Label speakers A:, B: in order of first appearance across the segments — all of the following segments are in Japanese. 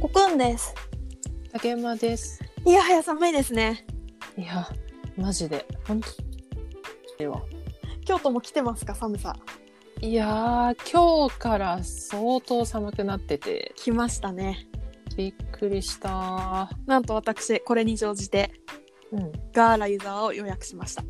A: おくんです。
B: 竹山です。
A: いやはや寒いですね。
B: いや、マジで。本当では。
A: 京都も来てますか、寒さ。
B: いやー、今日から相当寒くなってて、
A: 来ましたね。
B: びっくりした
A: なんと私、これに乗じて、
B: うん。
A: ガーラ湯沢を予約しました。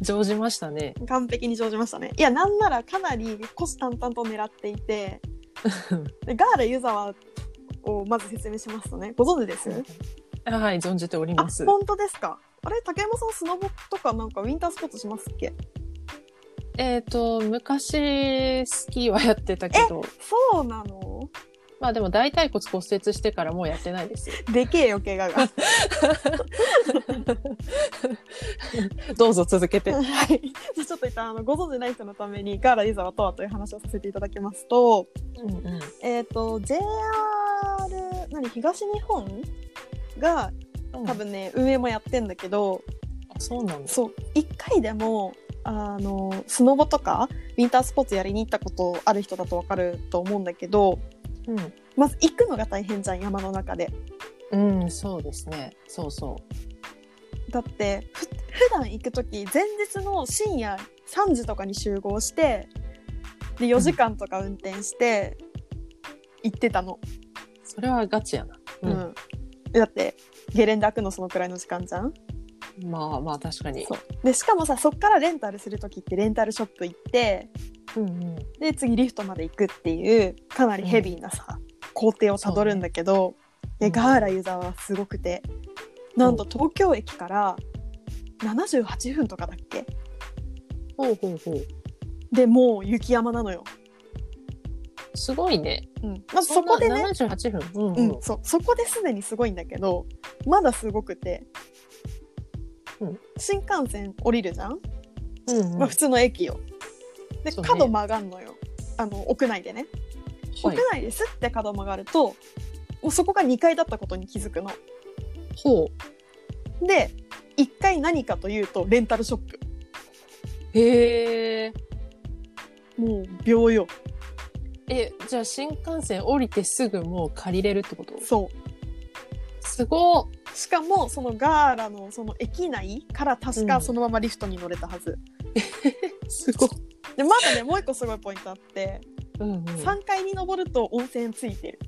B: 上じましたね。
A: 完璧に乗じましたね。いや、なんならかなり虎視眈々と狙ってい て、でガーラ湯沢をまず説明しますとね、ご存知です、
B: はい、存じており
A: あ
B: ます、。
A: 本当ですか。あれ、竹山さん、スノボとかなんかウィンタースポーツしますっけ
B: えっ、と、昔、スキーはやってたけど、
A: そうなの
B: まあでも大腿骨骨折してからもうやってないですよ。
A: でけえよ、怪我が。
B: どうぞ続け て。
A: はい、じゃあちょっと一旦あのご存じない人のためにガーラ湯沢とはという話をさせていただきますと,、
B: うんうん
A: えー、と JR 何東日本が
B: うん
A: 多分ね、運営もやってんだけど
B: あそうなんです。
A: そう1回でもあのスノボとかウィンタースポーツやりに行ったことある人だと分かると思うんだけど
B: うん
A: まず行くのが大変じゃん山の中で。
B: うん、そうですね。そうそ
A: だってふ普段行く時前日の深夜3時とかに集合してで4時間とか運転して行ってたの、
B: う。それはガチやな。
A: うん。だってゲレンデ開くのそのくらいの時間じゃん
B: まあまあ確かに。
A: そうでしかもさそっからレンタルする時ってレンタルショップ行って
B: うんうん。
A: で次リフトまで行くっていうかなりヘビーなさ、工程をたどるんだけど、
B: そうね
A: いやガーラ湯沢はすごくてなんと東京駅から78分とかだっけ
B: ほうほうほう。
A: でもう雪山なのよ
B: すごいね。
A: うん、まずそこでね、
B: 七十八分。うん
A: う
B: うん
A: ん、そうそこですでにすごいんだけどまだすごくて、
B: うん
A: 新幹線降りるじゃん、
B: うんうん。
A: まあ、普通の駅をで、
B: そうね
A: 角曲がんのよあの屋内でね、
B: はい
A: 屋内ですって角曲がるともうそこが2階だったことに気づくの
B: ほう。
A: で1階何かというとレンタルショップ
B: へえ。
A: もう秒よ
B: え、じゃあ新幹線降りてすぐもう借りれるってこと
A: そう
B: すごっ
A: しかもそのガーラのその駅内から確
B: う
A: か
B: ん
A: そのままリフトに乗れたはず、
B: すごっ
A: でまだねもう一個すごいポイントあって
B: うんうん。
A: 3階に登ると温泉ついてる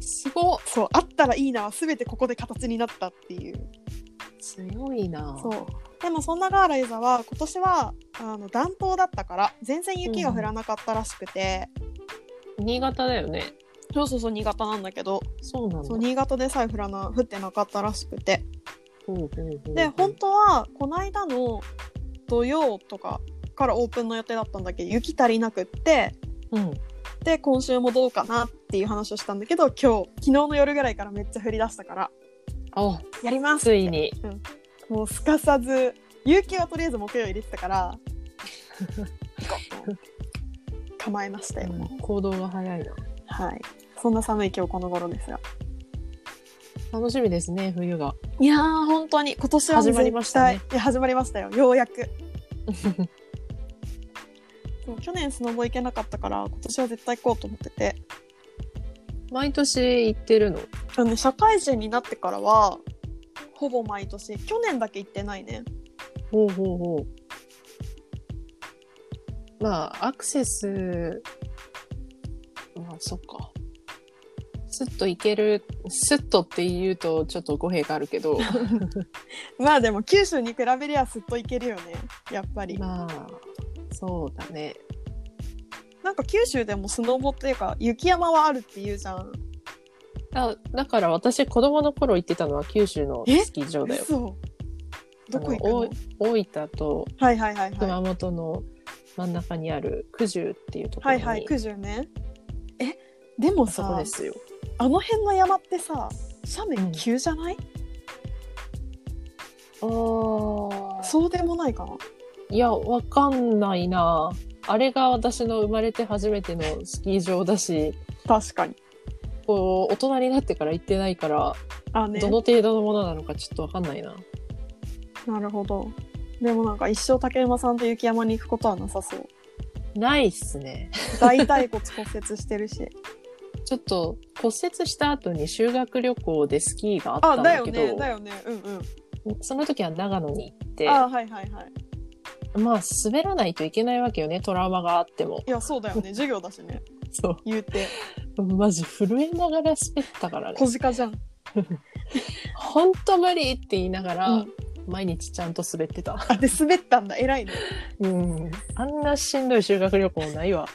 B: すごっ
A: そうあったらいいなは全てここで形になったっていう
B: 強いな
A: そうでもそんなガーライザは今年はあの暖冬だったから全然雪が降らなかったらしくて、
B: 新潟だよね。
A: そうそうそう新潟なんだけど
B: そうなんだ。
A: そう新潟でさえ降らな降ってなかったらしくて
B: ほうほうほうほう
A: で本当はこの間の土曜とかからオープンの予定だったんだけど雪足りなくって
B: うん。
A: で今週もどうかなっていう話をしたんだけど今日昨日の夜ぐらいからめっちゃ降り出したから
B: あ、
A: やります
B: ついに。
A: もうすかさず有給はとりあえず木曜入れてた から構えましたよ、
B: うん行動が早いな。
A: はいそんな寒い今日この頃ですが
B: 楽しみですね、冬が。
A: いやー本当に今年はね
B: 始まりましたね
A: 絶対いや始まりましたよようや くそう去年スノボ行けなかったから今年は絶対行こうと思ってて
B: 毎年行ってるの。
A: あの、ね、社会人になってからはほぼ毎年去年だけ行ってないね
B: ほうほうほう。まあ、アクセス、まあ、そっか。スッと行ける、スッとって言うとちょっと語弊があるけ ど、
A: まあでも九州に比べりゃすっと行けるよねやっぱり
B: まあ、そうだね。
A: なんか九州でもスノボっていうか雪山はあるっていうじゃん
B: だだから私、子供の頃行ってたのは九州のスキー場だよ。
A: 嘘どこ行く
B: あの
A: の
B: 大分と
A: はいはいはいはい
B: 熊本の真ん中にある九十っていうとこ
A: は
B: ろ
A: い
B: に、
A: はい九十ねえでも
B: あそこ
A: さ
B: ですよ。
A: あの辺の山ってさ斜
B: うん
A: 面急じゃない、
B: ああ。
A: そうでもないかない
B: や、わかんないな。あれが私の生まれて初めてのスキー場だし、
A: 確かに
B: こう、大人になってから行ってないから、
A: あね
B: どの程度のものなのかちょっとわかんないな。
A: なるほどでもなんか一生竹山さんと雪山に行くことはなさそう
B: ないっすね。
A: 大腿骨骨折してるし
B: ちょっと骨折した後に修学旅行でスキー があった
A: あ
B: ん
A: だ
B: だ
A: よ
B: け
A: ね
B: ど、
A: だよねうんうん
B: その時は長野に行って、
A: あはいはいはい
B: まあ滑らないといけないわけよね、トラウマがあっても。
A: いやそうだ よね授業だしね
B: そ
A: 言うて
B: う。マジ震えながら滑ったからね
A: 小。鹿じゃん、う
B: ほんと無理って言いながら、
A: ん、
B: 毎日ちゃんと滑ってた。
A: あで滑ったんだ偉いね
B: うん。あんなしんどい修学旅行ないわ。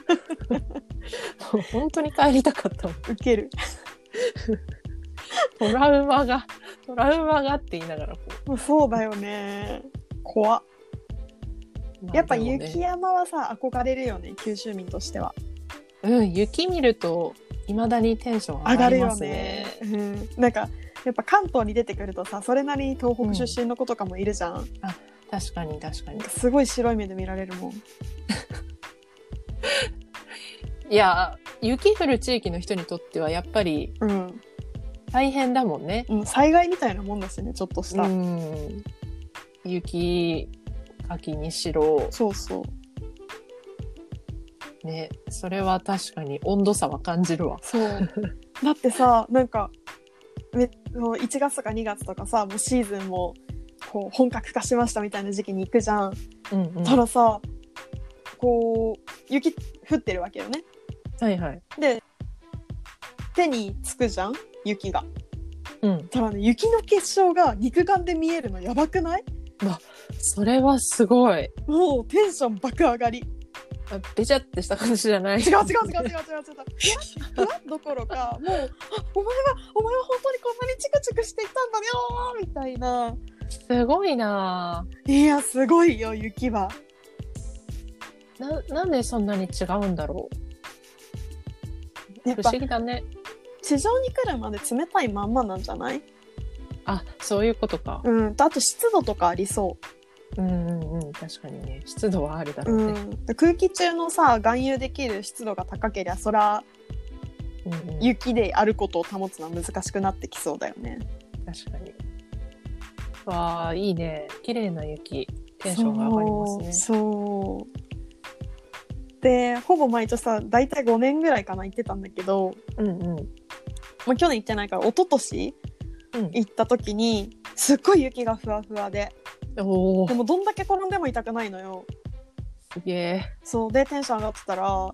B: もう 本当に帰りたかったもん。
A: ウケる
B: トラウマが、トラウマがって言いながらこ
A: もうそうだよね怖っ
B: う。まあ
A: やっぱ
B: でもね
A: 雪山はさ憧れるよね九州民としては
B: うん、雪見ると、いまだにテンション
A: 上
B: 上
A: が
B: が
A: る
B: り
A: よ
B: ます
A: ね
B: ね。
A: うん、なんかやっぱ関東に出てくるとさそれなりに東北出身の子とかもいるじゃん、
B: 確かに確かに
A: なんか。すごい白い目で見られるもん
B: いや、雪降る地域の人にとってはやっぱり
A: うん、
B: 大変だもんね。
A: うん、災害みたいなもんだしねちょっとした、
B: うん。雪かきにしろ、
A: そうそう
B: ね、それは確かに温度差は感じるわ。
A: そう。 だってさ、なんか、めもう1月とか2月とかさ、もうシーズンも、こう、本格化しましたみたいな時期に行くじゃん。
B: うん、うん。
A: たださ、こう、雪降ってるわけよね。
B: はいはい。
A: で、手につくじゃん雪が。
B: うん。
A: ただね、雪の結晶が肉眼で見えるのやばくない
B: それはすごい。
A: もうテンション爆上がり。
B: あべちゃってした感じじゃない。
A: 違う違う違う違う違う違う。ふわふわどころか、もう、あお前は、お前は本当にこんなにチクチクしていたんだねよーみたいな。
B: すごいなぁ
A: いや、すごいよ、雪は。
B: な、なんでそんなに違うんだろ
A: や
B: う。
A: っ
B: 不
A: ぱ
B: 思、議だね。
A: 地上に来るまで冷たいまんまなんじゃない
B: あ、そういうことか。
A: うん。とあと、湿度とかありそ
B: うんうんうん。確かにね。湿度はあるだ
A: う。
B: ろう
A: う
B: ね。
A: ん。で空気中のさ、含有できる湿度が高けりゃ、そら、
B: うん、うん
A: 雪であることを保つのは難しくなってきそうだよね。
B: 確かに。わあ、いいね。綺麗な雪。テンションが上がりますね。
A: そう。そうで、ほぼ毎年さ、だいたい5年ぐらいかな行ってたんだけど、
B: うんうん。
A: まあ、去年行ってないから、一昨年
B: うん
A: 行った時に、すっごい雪がふわふわで、
B: おお、
A: でもどんだけ転んでも痛くないのよ。
B: すげえ。
A: そうでテンション上がってたら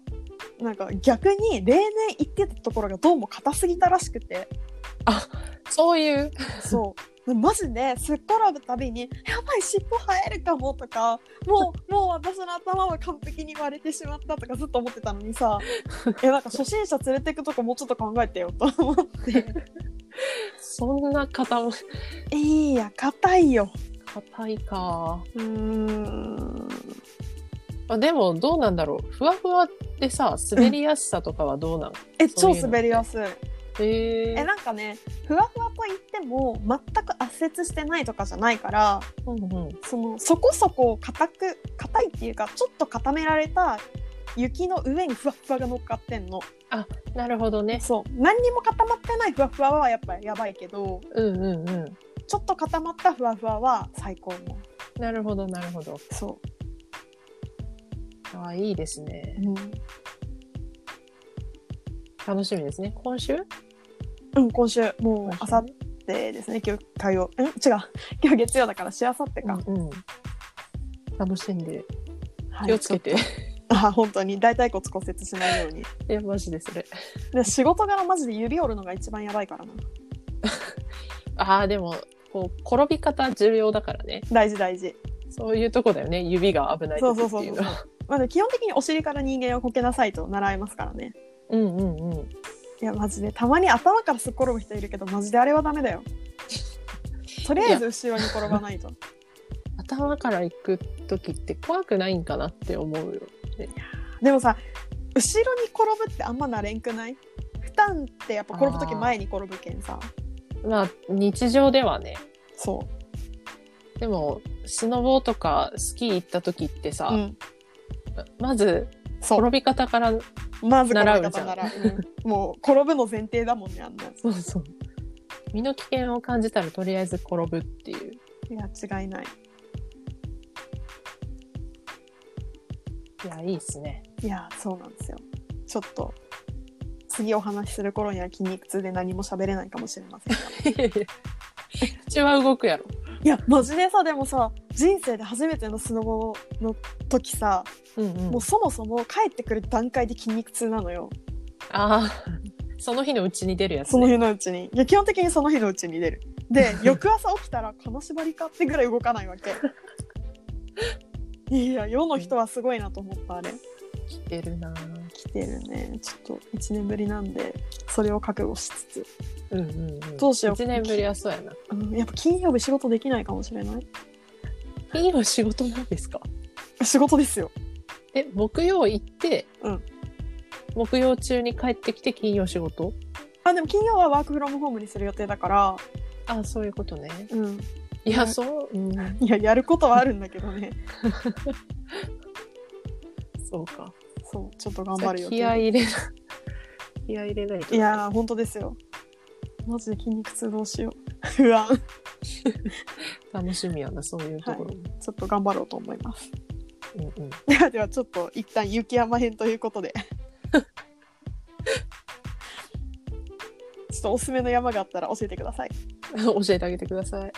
A: なんか逆に例年行ってたところがどうも硬すぎたらしくて
B: そういう。
A: そうマジですっ転ぶたびに「やばい尻尾生えるかも」とか「も うもう私の頭は完璧に割れてしまった」とかずっと思ってたのにさ「えなんか初心者連れてくとこもうちょっと考えてよ」と思って
B: そんな硬い、
A: 「いや硬いよ
B: 硬いか。」
A: うーん
B: あでも、どうなんだろう。ふわふわってさ、滑りやすさとかはどうなの、
A: え
B: そう
A: 超
B: いうの
A: 滑りやすい
B: へえ
A: えなんかねふわふわと言っても全く圧雪してないとかじゃないから
B: うんうん。
A: そのそこそこ硬く硬いっていうかちょっと固められた雪の上にふわっふわが乗っかってんの
B: なるほどね。
A: そう何にも固まってないふわふわはやっぱりやばいけど
B: うんうんうん。
A: ちょっと固まったふわふわは最高の
B: なるほど、なるほど。
A: そ
B: あいいです
A: う、
B: ね。
A: うん
B: 楽しみですね。今週
A: うん、今週もうあさっ
B: 今週ね
A: てですね今日火曜ん違う 今日月曜だからしあさってか、
B: うんうん。楽しんで。
A: はい
B: 気をつけ
A: ちょ
B: て。
A: っとあ本当に大腿骨骨折しないように
B: いや、マジでそれ。
A: で仕事柄マジで指折るのが一番やばいからな
B: ああ、でも、こう、転び方重要だからね。
A: 大事大事
B: そういうとこだよね。指が危ない
A: そう
B: 時
A: そう
B: っ
A: そ
B: て
A: う
B: い
A: そうう
B: のは。
A: まあ、でも基本的にお尻から人間をこけなさいと習いますからね
B: うんうんうん。
A: いやマジでたまに頭からすっ転ぶ人いるけどマジであれはダメだよとりあえず後ろに転ばないと
B: 頭から行く時って怖くないんかなって思うよ。
A: でもさ後ろに転ぶってあんまなれんくない負担ってやっぱ転ぶ時前に転ぶけんさ
B: まあ、日常ではね。
A: そ
B: でも、スノボーとかスキー行った時ってさ、
A: う、うん、
B: まず、
A: そ
B: 転び方から、
A: うまず転び
B: 習うじ
A: 方
B: ゃん
A: なら、うんもう転ぶの前提だもんねあんな
B: そうそう。身の危険を感じたらとりあえず転ぶっていう。
A: いや違いない
B: いや、いいっすね。
A: いやーそうなんですよちょっと次お話しする頃には筋肉痛で何も喋れないかもしれません が
B: 口は動くやろ。
A: いやマジでさでもさ人生で初めてのスノボの時さ、
B: うんうん
A: もうそもそも帰ってくる段階で筋肉痛なのよ
B: ああ、その日のうちに出るやつ、ね。
A: その日のうちにいや基本的にその日のうちに出るで 翌朝起きたら金縛りかってぐらい動かないわけいや世の人はすごいなと思ったあれ
B: 来てるなぁ
A: 来てるねちょっと1年ぶりなんでそれを覚悟しつつ、
B: うんうんうん。
A: どうしよう
B: 1年ぶりはそうやな。
A: うん、やっぱ金曜日仕事できないかもしれない
B: 金曜仕事なんですか
A: 仕事ですよ
B: え、木曜行って、
A: うん
B: 木曜中に帰ってきて金曜仕事
A: あでも金曜はワークフロムホームにする予定だから
B: ああ、そういうことね。
A: うん
B: い
A: は
B: や、
A: い
B: そう、うん、
A: いややることはあるんだけどね
B: そうか。
A: そうちょっと頑張るよ
B: 気合い入れな、気合い入れないと。
A: いやー本当ですよマジで筋肉痛どうしよう 不安
B: 楽しみやな、そういうところも。
A: ちょっと頑張ろうと思います
B: うんうん。
A: ではではちょっと一旦雪山編ということでちょっとおすすめの山があったら教えてください
B: 教えてあげてください。